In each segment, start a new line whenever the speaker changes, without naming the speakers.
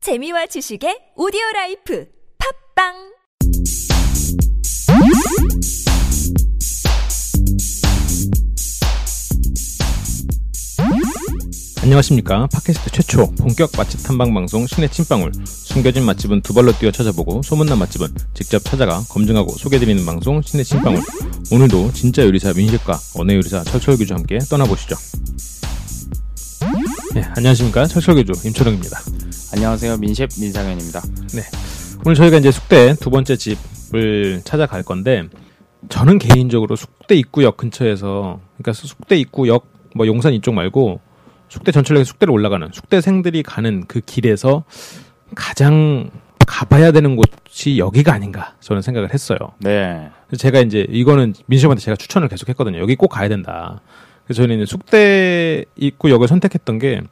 재미와 지식의 오디오 라이프 팝빵
안녕하십니까 팟캐스트 최초 본격 맛집 탐방 방송 신의 찐방울 숨겨진 맛집은 두 발로 뛰어 찾아보고 소문난 맛집은 직접 찾아가 검증하고 소개드리는 방송 신의 찐방울 오늘도 진짜 요리사 민식과 언어 요리사 철철교주 함께 떠나보시죠 네, 안녕하십니까 철철교주 임철웅입니다
안녕하세요 민셰프 민상현입니다.
네. 오늘 저희가 이제 숙대 두 번째 집을 찾아갈 건데 저는 개인적으로 숙대 입구역 근처에서 그러니까 숙대 입구역 뭐 용산 이쪽 말고 숙대 전철역에서 숙대로 올라가는 숙대생들이 가는 그 길에서 가장 가봐야 되는 곳이 여기가 아닌가 저는 생각을 했어요.
네,
그래서 제가 이제 이거는 민수한테 제가 추천을 계속 했거든요. 여기 꼭 가야 된다. 그래서 저는 이제 숙대 입구역을 선택했던 게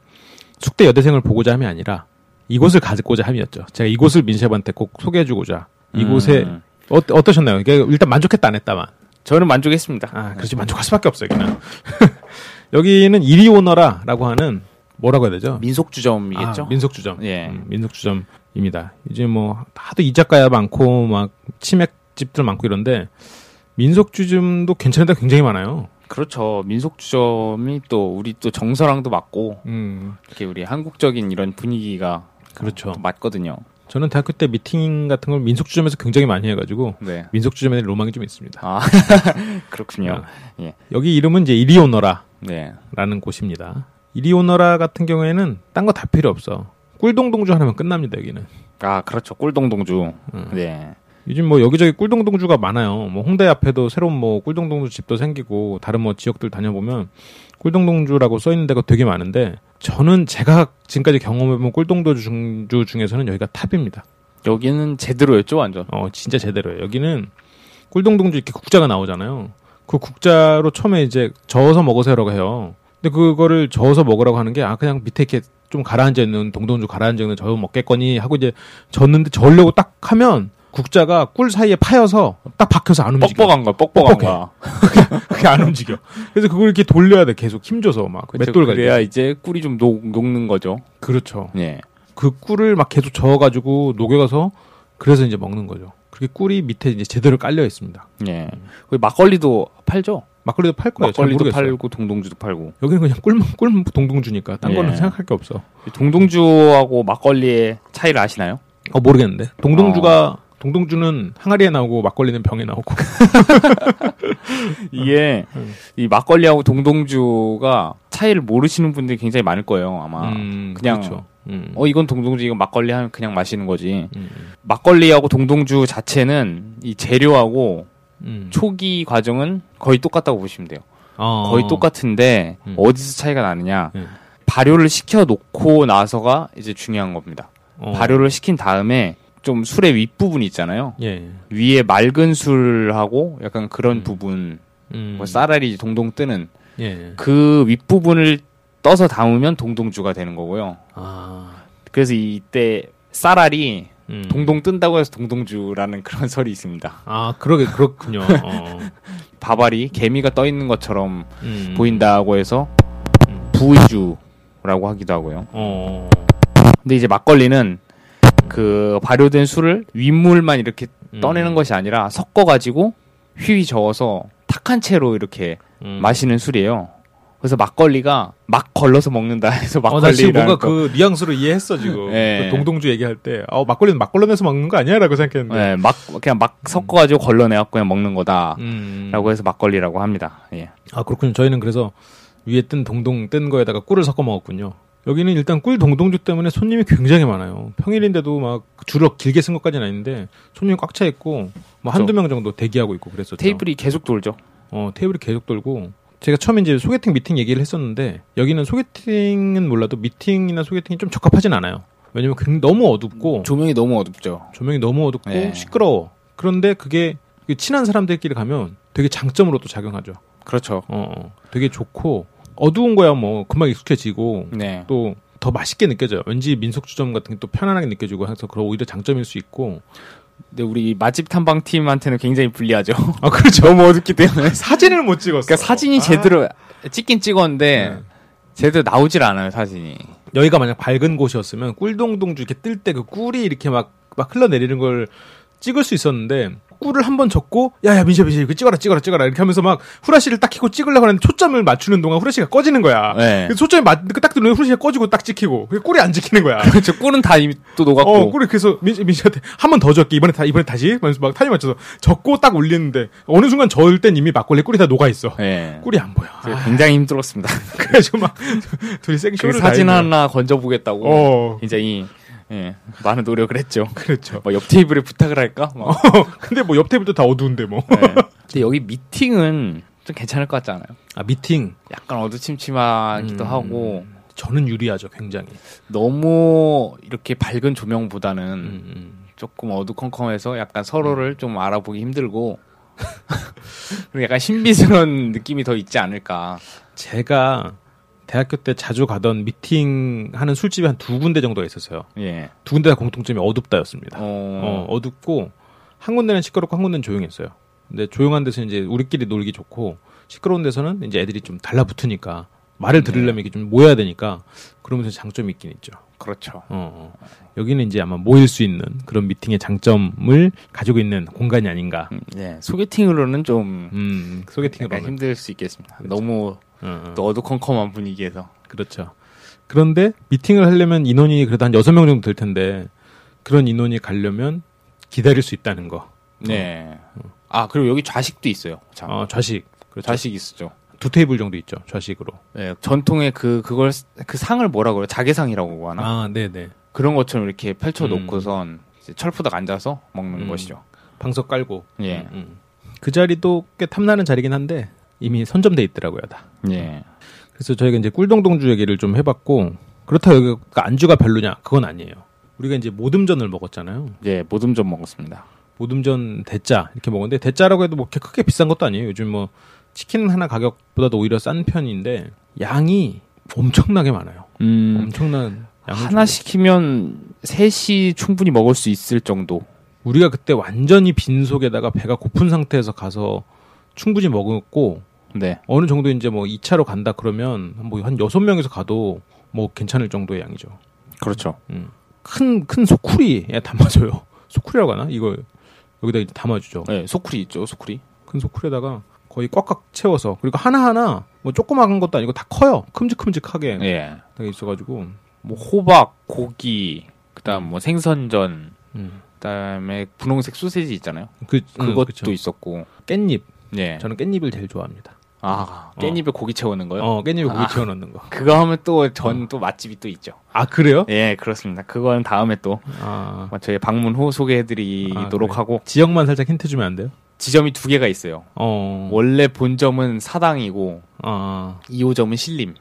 숙대 여대생을 보고자 함이 아니라 이곳을 가고자 함이었죠. 제가 이곳을 민셰프한테 꼭 소개해주고자 이곳에
음.
어, 어떠셨나요? 이게 일단 만족했다 안 했다만
저는 만족했습니다.
아 그렇지 만족할 수밖에 없어요. 그냥 여기는 이리오너라라고 하는 뭐라고 해야 되죠?
민속주점이겠죠?
아, 민속주점.
예.
음, 민속주점입니다. 이제 뭐 하도 이자카야 많고 막 치맥집들 많고 이런데 민속주점도 괜찮은 데가 굉장히 많아요.
그렇죠. 민속주점이 또 우리 또 정서랑도 맞고
음.
이렇게 우리 한국적인 이런 분위기가
그렇죠.
또 맞거든요.
저는 대학교 때 미팅 같은 걸 민속주점에서 굉장히 많이 해가지고
네,
민속주점에 대한 로망이 좀 있습니다.
아 그렇군요.
아.
예,
여기 이름은 이제 이리오너라라는
네,
곳입니다. 이리오너라 같은 경우에는 딴 거 다 필요 없어. 꿀동동주 하나면 끝납니다 여기는.
아 그렇죠. 꿀동동주.
음.
네,
요즘 뭐 여기저기 꿀동동주가 많아요. 뭐 홍대 앞에도 새로운 뭐 꿀동동주 집도 생기고 다른 뭐 지역들 다녀보면 꿀동동주라고 써 있는 데가 되게 많은데 저는 제가 지금까지 경험해본 꿀동동주 중- 주 중에서는 여기가 탑입니다.
여기는 제대로였죠, 완전.
어 진짜 제대로예요. 여기는 꿀동동주 이렇게 국자가 나오잖아요. 그 국자로 처음에 이제 저어서 먹으세요라고 해요. 근데 그거를 저어서 먹으라고 하는 게 아 그냥 밑에 이렇게 좀 가라앉아 있는 동동주 가라앉아 있는 저어 먹겠거니 하고 이제 젓는데 저으려고 딱 하면 국자가 꿀 사이에 파여서 딱 박혀서 안 움직여.
뻑뻑한 거야, 뻑뻑한
뻑뻑해.
거야.
그게 안 움직여. 그래서 그걸 이렇게 돌려야 돼. 계속 힘줘서 막
그렇죠.
맷돌같이.
그래야 이제 꿀이 좀 녹, 녹는 거죠.
그렇죠.
예,
그 꿀을 막 계속 저어가지고 녹여가서 그래서 이제 먹는 거죠. 그렇게 꿀이 밑에 이제 제대로 깔려 있습니다.
예. 거기 막걸리도 팔죠.
막걸리도 팔 거예요. 음. 잘
막걸리도
모르겠어요.
팔고 동동주도 팔고.
여기는 그냥 꿀만 꿀 동동주니까 딴
예.
거는 생각할 게 없어.
동동주하고 막걸리의 차이를 아시나요?
어 모르겠는데 동동주가
아.
동동주는 항아리에 나오고 막걸리는 병에 나오고
이게
음.
이 막걸리하고 동동주가 차이를 모르시는 분들이 굉장히 많을 거예요 아마.
음,
그냥-
그렇죠. 음.
어 이건 동동주 이건 막걸리 하면 그냥 마시는 거지.
음.
막걸리하고 동동주 자체는 이 재료하고
음.
초기 과정은 거의 똑같다고 보시면 돼요.
어.
거의 똑같은데
음.
어디서 차이가 나느냐?
음.
발효를 시켜 놓고 나서가 이제 중요한 겁니다.
어.
발효를 시킨 다음에 좀 술의 윗부분 있잖아요.
예.
위에 맑은 술하고 약간 그런 부분
음.
뭐 쌀알이 동동 뜨는
예.
그 윗부분을 떠서 담으면 동동주가 되는 거고요.
아.
그래서 이때 쌀알이
음.
동동 뜬다고 해서 동동주라는 그런 설이 있습니다.
아 그러게 그렇군요. 어.
바발이 개미가 떠 있는 것처럼
음.
보인다고 해서
음.
부이주라고 하기도 하고요.
어.
근데 이제 막걸리는 그 발효된 술을 윗물만 이렇게
음.
떠내는 것이 아니라 섞어 가지고 휘휘 저어서 탁한 채로 이렇게
음.
마시는 술이에요. 그래서 막걸리가 막 걸러서 먹는다 해서
어, 나 지금
막걸리라는
뭔가
거-
그 뉘앙스를 이해했어 지금.
예.
그 동동주 얘기할 때, 어 막걸리는 막걸리에서 먹는 거 아니야라고 생각했는데.
예, 막 그냥 막 섞어가지고 걸러내갖고 그냥 먹는 거다라고
네. 음.
해서 막걸리라고 합니다. 예.
아 그렇군요. 저희는 그래서 위에 뜬 동동 뜬 거에다가 꿀을 섞어 먹었군요. 여기는 일단 꿀 동동주 때문에 손님이 굉장히 많아요. 평일인데도 막 줄을 길게 쓴 것까지는 아닌데 손님이 꽉 차 있고 뭐 한두
그렇죠.
명 정도 대기하고 있고 그랬었죠.
테이블이 계속 돌죠.
어, 테이블이 계속 돌고 제가 처음에 이제 소개팅 미팅 얘기를 했었는데 여기는 소개팅은 몰라도 미팅이나 소개팅이 좀 적합하진 않아요. 왜냐면 굉- 너무 어둡고
조명이 너무 어둡죠.
조명이 너무 어둡고
예.
시끄러워. 그런데 그게 그 친한 사람들끼리 가면 되게 장점으로 또 작용하죠.
그렇죠.
어, 어. 되게 좋고 어두운 거야 뭐 금방 익숙해지고
네.
또 더 맛있게 느껴져요. 왠지 민속주점 같은 게 또 편안하게 느껴지고 해서 그런 오히려 장점일 수 있고.
근데 우리 맛집 탐방 팀한테는 굉장히 불리하죠.
아 그렇죠.
너무 어둡기 아. 때문에.
그러니까 사진을 못 찍었어. 네.
그러니까 사진이 제대로 찍긴 찍었는데 제대로 나오질 않아요 사진이.
여기가 만약 밝은 곳이었으면 꿀동동주 이렇게 뜰 때 그 꿀이 이렇게 막, 막 흘러내리는 걸 찍을 수 있었는데 꿀을 한 번 적고 야야 민셔 민셔 이거 찍어라 찍어라 찍어라 이렇게 하면서 막 후라시를 딱 켜고 찍으려고 하는데 초점을 맞추는 동안 후라시가 꺼지는 거야.
네.
그래서 초점이 맞딱 들면 후라시가 꺼지고 딱 찍히고 그래서 꿀이 안 찍히는 거야.
그렇죠. 꿀은 다 이미 또 녹았고.
어, 꿀이 그래서 민, 민씨한테 한 번 더 적게 이번에 다 이번에 다시 하면서 막 타이밍 맞춰서 적고 딱 올리는데 어느 순간 저을 땐 이미 막걸리 꿀이 다 녹아 있어.
예.
꿀이 안 보여.
제가 굉장히 힘들었습니다.
아. 그래서 막 둘이
그
생쇼를
사진
다 했네.
하나 건져 보겠다고
어.
굉장히 예, 많은 노력을 했죠.
그렇죠. 어.
뭐 옆 테이블에 부탁을 할까? 막.
근데 뭐 옆 테이블도 다 어두운데 뭐.
예. 근데 여기 미팅은 좀 괜찮을 것 같지 않아요?
아 미팅
약간 어두침침하기도
음.
하고
저는 유리하죠 굉장히.
너무 이렇게 밝은 조명보다는
음, 음.
조금 어두컴컴해서 약간 서로를 좀 알아보기 힘들고 그리고 약간 신비스러운 느낌이 더 있지 않을까.
제가 대학교 때 자주 가던 미팅 하는 술집이 한 두 군데 정도가 있었어요.
예.
두 군데 다 공통점이 어둡다였습니다. 어,
어.
어둡고 한 군데는 시끄럽고 한 군데는 조용했어요. 근데 조용한 데서 이제 우리끼리 놀기 좋고 시끄러운 데서는 이제 애들이 좀 달라붙으니까 말을
네.
들으려면 이게 좀 모여야 되니까 그러면서 장점이 있긴 있죠.
그렇죠.
어, 어. 여기는 이제 아마 모일 수 있는 그런 미팅의 장점을 가지고 있는 공간이 아닌가.
음, 예. 소개팅으로는 좀
음,
약간
소개팅으로는
힘들 수 있겠습니다. 너무
어, 어.
또 어두컴컴한 분위기에서.
그렇죠. 그런데 미팅을 하려면 인원이 그래도 한 여섯 명 정도 될 텐데 그런 인원이 가려면 기다릴 수 있다는 거.
네. 아 그리고 여기 좌식도 있어요. 자,
어, 좌식. 그렇죠.
아. 좌식 있죠.
두 테이블 정도 있죠. 좌식으로.
네, 전통의 그 그걸 그 상을 뭐라고 그래요? 자개상이라고 하나?
아, 네, 네.
그런 것처럼 이렇게 펼쳐 놓고선 이제 철푸덕 앉아서 먹는
음.
것이죠.
방석 깔고.
예.
음, 음. 그 자리도 꽤 탐나는 자리긴 한데 이미 선점돼 있더라고요, 다.
예.
그래서 저희가 이제 꿀동동주 얘기를 좀 해봤고 그렇다고 여기가 안주가 별로냐? 그건 아니에요. 우리가 이제 모듬전을 먹었잖아요.
예, 모듬전 먹었습니다.
모듬전 대짜 이렇게 먹었는데 대짜라고 해도 뭐 이렇게 크게 비싼 것도 아니에요. 요즘 뭐 치킨 하나 가격보다도 오히려 싼 편인데 양이 엄청나게 많아요.
음.
엄청난 양.
하나 시키면 셋이 충분히 먹을 수 있을 정도.
우리가 그때 완전히 빈 속에다가 배가 고픈 상태에서 가서 충분히 먹었고
네.
어느 정도 이제 뭐 2차로 간다 그러면 뭐한 여섯 명에서 가도 뭐 괜찮을 정도의 양이죠.
그렇죠.
큰 큰 소쿠리에 담아줘요. 소쿠리라고 하나? 이거 여기다 이제 담아주죠.
예, 소쿠리 있죠. 소쿠리.
큰 소쿠리에다가 거의 꽉꽉 채워서 그리고 하나하나 뭐 조그마한 것도 아니고 다 커요 큼직큼직하게
예.
다 있어가지고
뭐 호박, 고기, 그다음 뭐 생선전,
음.
그다음에 분홍색 소세지 있잖아요.
그
음, 그것도
그쵸.
있었고.
깻잎
예.
저는 깻잎을 제일 좋아합니다
아, 깻잎에 고기 채워 넣는 거요?
어 깻잎에 고기
아.
채워 넣는 거 아
그거 하면 또 전 또 맛집이 또 있죠.
그래요
예, 그렇습니다. 그건 다음에 또
아
저희 방문 후 소개해드리도록
아, 그래요?
하고
지역만 살짝 힌트 주면 안 돼요
지점이 두 개가 있어요.
어아아
원래 본점은 사당이고
아,
2호점은 신림에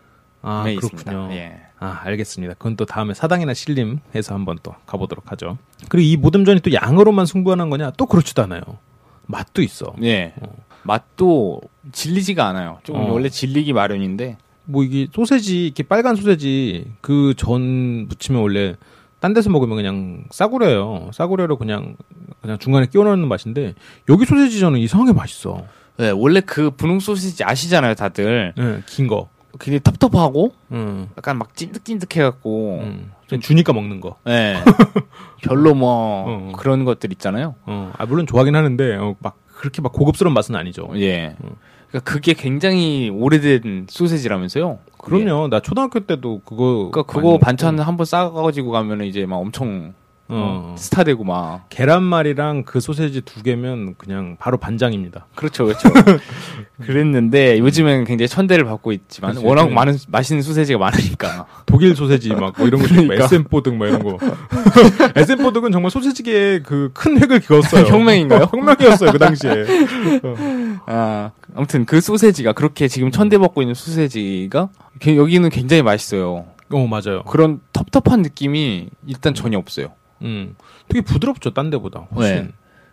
아,
있습니다.
그렇군요
예.
아 알겠습니다 그건 또 다음에 사당이나 신림에서 한번 또 가보도록 하죠 그리고 이 모듬전이 또 양으로만 승부하는 거냐 또 그렇지도 않아요 맛도 있어
예. 맛도 질리지가 않아요. 좀
어.
원래 질리기 마련인데
뭐 이게 소세지 이렇게 빨간 소세지 그 전 무침에 원래 딴 데서 먹으면 그냥 싸구려예요. 싸구려로 그냥 그냥 중간에 끼워 넣는 맛인데 여기 소세지 저는 이상하게 맛있어.
예, 원래 그 분홍 소시지 아시잖아요, 다들.
예, 긴 거.
굉장히 텁텁하고
음.
약간 막 찐득찐득해갖고
음. 그냥 주니까 먹는 거.
예. 별로 뭐
어.
그런 것들 있잖아요.
어. 아 물론 좋아하긴 하는데 어, 막 그렇게 막 고급스러운 맛은 아니죠.
예. 그러니까 그게 굉장히 오래된 소세지라면서요. 그게.
그럼요. 나 초등학교 때도 그거
예. 그러니까
많이
그거
먹고.
반찬 한번 싸가지고 가면은 이제 막 엄청
어.
스타 되고 막
계란말이랑 그 소세지 두 개면 그냥 바로 반장입니다.
그렇죠 그렇죠 그랬는데 요즘엔 굉장히 천대를 받고 있지만
그렇죠.
워낙
요즘엔-
많은 맛있는 소세지가 많으니까
독일 소세지 막 뭐 이런 거 있고
그러니까.
SM 보등 뭐 이런 거. SM 보등은 정말 소세지계에 그 큰 획을 그었어요.
혁명인가요?
혁명이었어요 그 당시에. 어.
아 아무튼 그 소세지가 그렇게 지금 천대 받고 있는 소세지가 게- 여기는 굉장히 맛있어요
어, 맞아요.
그런 텁텁한 느낌이 일단 전혀 없어요
음 되게 부드럽죠 딴 데보다 훨씬.
네.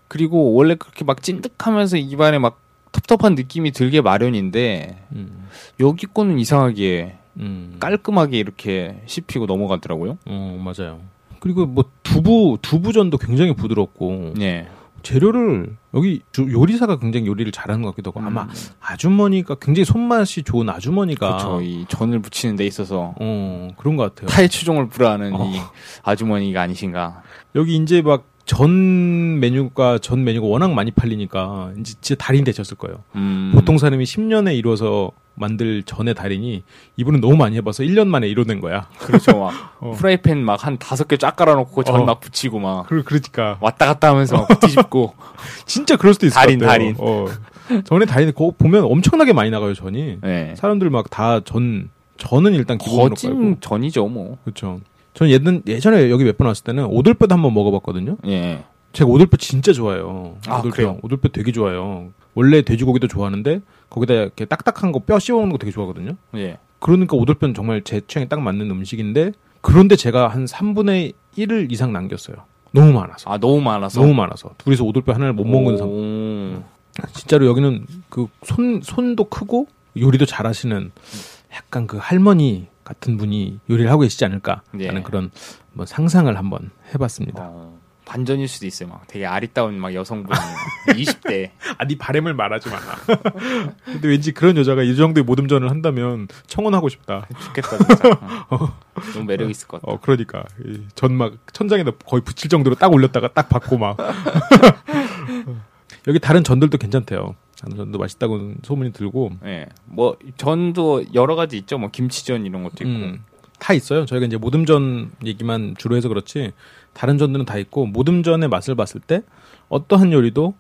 그리고 원래 그렇게 막 찐득하면서 입안에 막 텁텁한 느낌이 들게 마련인데
음,
여기 거는 이상하게
음.
깔끔하게 이렇게 씹히고 넘어가더라고요
어 맞아요. 그리고 뭐 두부 두부전도 굉장히 부드럽고
예.
재료를 여기 주- 요리사가 굉장히 요리를 잘하는 것 같기도 하고 아마 아주머니가 굉장히 손맛이 좋은 아주머니가
음. 그렇죠. 이 전을 붙이는 데 있어서
그러니까 어 그런 것 같아요.
타의 추종을 불허하는
어.
이 아주머니가 아니신가.
여기 이제 막 전 메뉴가 전 메뉴가 워낙 많이 팔리니까 이제 진짜 달인 되셨을 거예요.
음.
보통 사람이 10년에 이뤄서 만들 전의 달인이 이분은 너무 많이 해봐서 1년 만에 이뤄낸 거야.
그렇죠. 막 프라이팬 막 한 다섯 개 쫙 깔아놓고 전
어.
막 붙이고 막
그, 그러니까
왔다 갔다 하면서 막 뒤집고.
진짜 그럴 수도 있을
달인,
것 같아요.
달인.
어. 전의 달인 그거 보면 엄청나게 많이 나가요 전이.
네.
사람들 막 다 전 전은 일단 기본으로 깔고
거진 전이죠 뭐.
그렇죠. 저는 예전 예전에 여기 몇 번 왔을 때는 오돌뼈도 한번 먹어봤거든요.
예.
제가 오돌뼈 진짜 좋아해요.
아,
오돌뼈.
그래요?
오돌뼈 되게 좋아해요. 원래 돼지고기도 좋아하는데 거기다 이렇게 딱딱한 거 뼈 씹어먹는 거 되게 좋아하거든요.
예.
그러니까 오돌뼈는 정말 제 취향에 딱 맞는 음식인데 그런데 제가 한 3분의 1을 이상 남겼어요. 너무 많아서.
아 너무 많아서.
너무 많아서. 둘이서 오돌뼈 하나를 못 먹는 상태.
오.
진짜로 여기는 그 손 손도 크고 요리도 잘하시는 약간 그 할머니 같은 분이 요리를 하고 계시지 않을까
예.
하는 그런 뭐 상상을 한번 해봤습니다.
어, 반전일 수도 있어요. 막 되게 아리따운 막 여성분 20대.
아, 네 바램을 말하지 마. 근데 왠지 그런 여자가 이 정도의 모듬전을 한다면 청혼하고 싶다.
좋겠다 진짜. 어. 너무 매력 있을 것 같아.
어, 그러니까. 전막 천장에다 거의 붙일 정도로 딱 올렸다가 딱 받고 막. 여기 다른 전들도 괜찮대요. 다른 전도 맛있다고 소문이 들고.
예. 뭐 전도 여러 가지 있죠. 뭐 김치전 이런 것도 있고.
음, 다 있어요. 저희가 이제 모듬전 얘기만 주로 해서 그렇지 다른 전들은 다 있고 모듬전의 맛을 봤을 때 어떠한 요리도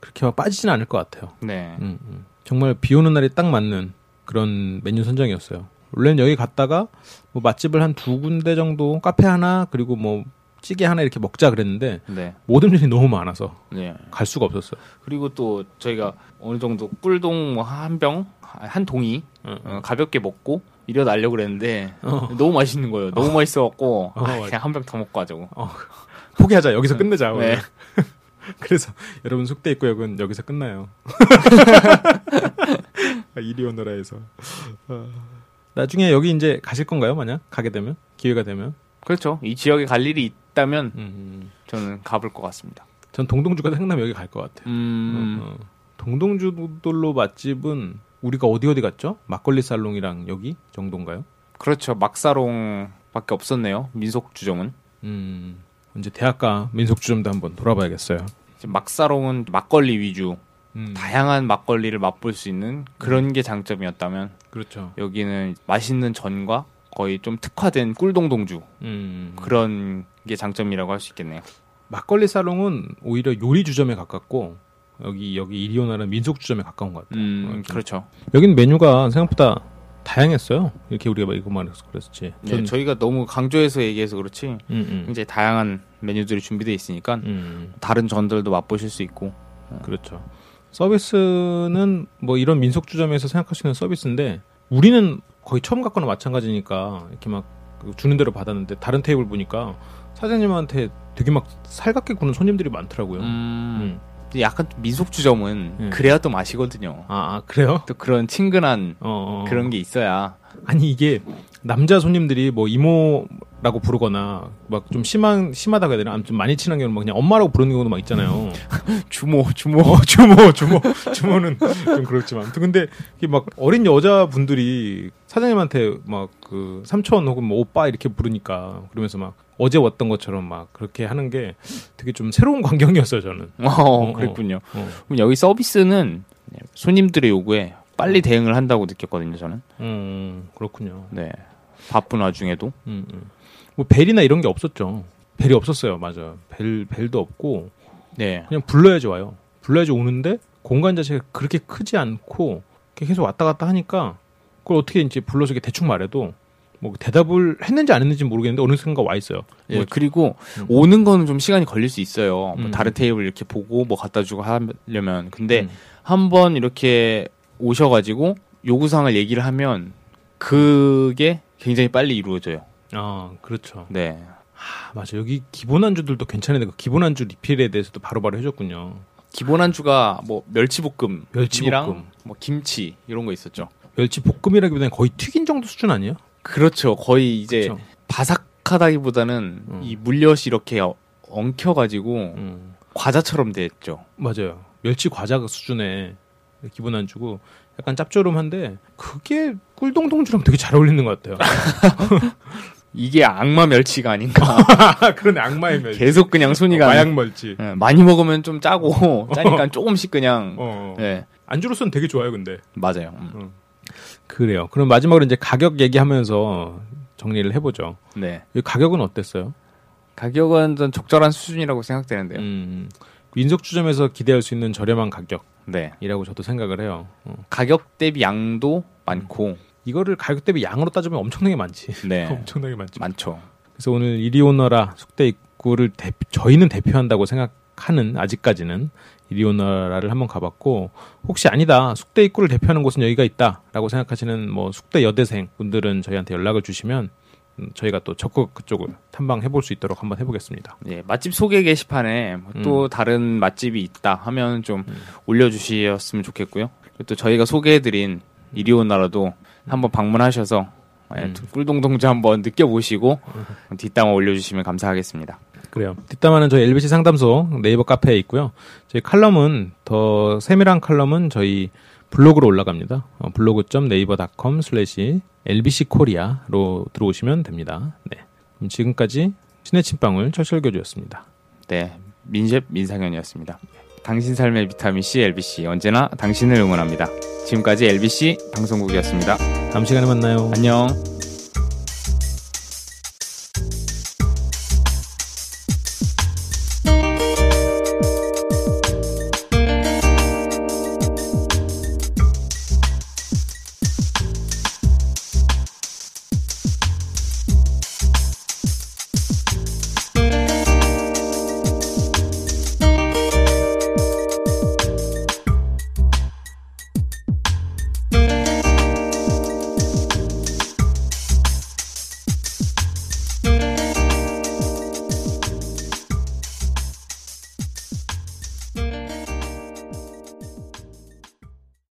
그렇게 막 빠지진 않을 것 같아요.
네.
음, 음. 정말 비 오는 날이 딱 맞는 그런 메뉴 선정이었어요. 원래는 여기 갔다가 뭐 맛집을 한 두 군데 정도 카페 하나 그리고 뭐 찌개 하나 이렇게 먹자 그랬는데
네.
모든 일이 너무 많아서
네.
갈 수가 없었어요.
그리고 또 저희가 어느 정도 꿀동 뭐 한 병, 한 동이
응.
어, 가볍게 먹고 일어나려고 그랬는데 너무 맛있는 거예요. 너무 맛있어갖고
어,
아,
맞아. 아,
그냥 한 병 더 먹고 하자고.
포기하자 여기서 끝내자.
네.
오늘. 그래서 여러분 숙대 입구역은 여기서 끝나요. 아, 이리 오너라에서 아. 나중에 여기 이제 가실 건가요? 만약 가게 되면 기회가 되면
그렇죠. 이 지역에 갈 일이 있다면
음,
저는 가볼 것 같습니다.
전 동동주가 생각나면 여기 갈 것 같아요.
음,
어, 어. 동동주돌로 맛집은 우리가 어디 어디 갔죠? 막걸리 살롱이랑 여기 정도인가요?
그렇죠. 막사롱밖에 없었네요. 민속 주점은.
음, 이제 대학가 민속주점도 한번 돌아봐야겠어요.
지금 막사롱은 막걸리 위주,
음,
다양한 막걸리를 맛볼 수 있는 그런 게 장점이었다면
그렇죠.
여기는 맛있는 전과 거의 좀 특화된 꿀동동주
음,
그런 게 장점이라고 할 수 있겠네요.
막걸리 살롱은 오히려 요리 주점에 가깝고 여기 여기 이리오나는 민속주점에 가까운 것 같아요.
음, 그렇죠.
여기는 메뉴가 생각보다 다양했어요. 이렇게 우리가 막 이것만 해서 그랬었지.
네,
전-
저희가 너무 강조해서 얘기해서 그렇지
음, 음,
굉장히 다양한 메뉴들이 준비되어 있으니까
음.
다른 전들도 맛보실 수 있고
그렇죠. 서비스는 뭐 이런 민속 주점에서 생각할 수 있는 서비스인데 우리는 거의 처음 갖거나 마찬가지니까 이렇게 막그 주는 대로 받았는데 다른 테이블 보니까 사장님한테 되게 막 살갑게 구는 손님들이 많더라고요.
음,
음.
근데 약간 민속주점은
네.
그래야 또 맛이거든요.
아, 아, 그래요?
또 그런 친근한
어, 어.
그런 게 있어야
아니 이게 남자 손님들이 뭐 이모라고 부르거나 막 좀 심한 심하다고 해야 되나? 아무튼 많이 친한 경우는 막 그냥 엄마라고 부르는 경우도 막 있잖아요.
주모 주모
어, 주모, 주모, 주모는 좀 그렇지만. 아무튼 근데 이게 막 어린 여자분들이 사장님한테 막 그 삼촌 혹은 뭐 오빠 이렇게 부르니까 그러면서 막 어제 왔던 것처럼 막 그렇게 하는 게 되게 좀 새로운 광경이었어요, 저는.
어, 그랬군요.
어.
그럼 여기 서비스는 네, 손님들의 요구에 빨리 대응을 한다고 느꼈거든요. 저는
음, 그렇군요.
네 바쁜 와중에도
음, 음. 뭐 벨이나 이런 게 없었죠. 벨이 없었어요, 맞아요. 벨, 벨도 없고
네
그냥 불러야지 와요. 불러야지 오는데 공간 자체가 그렇게 크지 않고 계속 왔다 갔다 하니까 그걸 어떻게 이제 불러서 이렇게 대충 말해도 뭐 대답을 했는지 안 했는지 모르겠는데 어느 순간 와 있어요.
예,
뭐
그리고
음.
오는 거는 좀 시간이 걸릴 수 있어요. 뭐
음.
다른 테이블 이렇게 보고 뭐 갖다 주고 하려면 근데
음.
한번 이렇게 오셔가지고 요구사항을 얘기를 하면 그게 굉장히 빨리 이루어져요.
아 그렇죠.
네.
아, 맞아 여기 기본 안주들도 괜찮은데 그 기본 안주 리필에 대해서도 바로바로 해줬군요.
기본 안주가 뭐 멸치볶음,
멸치볶음.
뭐 김치 이런 거 있었죠.
멸치 볶음이라기보다는 거의 튀긴 정도 수준 아니에요?
그렇죠. 거의 이제
그렇죠.
바삭하다기보다는
음.
이 물엿이 이렇게 어- 엉켜가지고
음.
과자처럼 됐죠.
맞아요. 멸치 과자 수준의 기본 안주고 약간 짭조름한데 그게 꿀동동주랑 되게 잘 어울리는 것 같아요.
이게 악마 멸치가 아닌가.
그건 악마의 멸치. 어,
계속 그냥 순위가
마약 멸치.
예, 많이 먹으면 좀 짜고 짜니까 조금씩 그냥
어.
예
안주로서는 되게 좋아요, 근데.
맞아요. 음.
그래요. 그럼 마지막으로 이제 가격 얘기하면서 정리를 해보죠.
네
이 가격은 어땠어요?
가격은 좀 적절한 수준이라고 생각되는데요.
음, 민속주점에서 기대할 수 있는 저렴한
네
가격이라고 저도 생각을 해요. 어.
가격 대비 양도 많고
이거를 가격 대비 양으로 따지면 엄청나게 많지.
네
엄청나게 많지.
많죠.
그래서 오늘 이리오너라 숙대 입구를 대- 저희는 대표한다고 생각하는 아직까지는 이리오너라를 한번 가봤고 혹시 아니다 숙대 입구를 대표하는 곳은 여기가 있다라고 생각하시는 뭐 숙대 여대생 분들은 저희한테 연락을 주시면 음, 저희가 또 적극 그쪽을 탐방해 볼 수 있도록 한번 해보겠습니다.
예, 맛집 소개 게시판에 뭐또 다른 맛집이 있다 하면 좀 올려주셨으면 좋겠고요. 그리고 또 저희가 소개해드린 이리온 나라도 한번 방문하셔서 예, 꿀동동주 한번 느껴보시고 뒷담화 올려주시면 감사하겠습니다.
그래요. 뒷담화는 저희 LBC 상담소 네이버 카페에 있고요. 저희 칼럼은 더 세밀한 칼럼은 저희 블로그로 올라갑니다. 어, 블로그.naver.com 슬래시 lbckorea로 들어오시면 됩니다. 네. 그럼 지금까지 신의 침방울 철철교주였습니다.
네, 민셰프 민상현이었습니다. 당신 삶의 비타민 C LBC 언제나 당신을 응원합니다. 지금까지 LBC 방송국이었습니다.
다음 시간에 만나요.
안녕.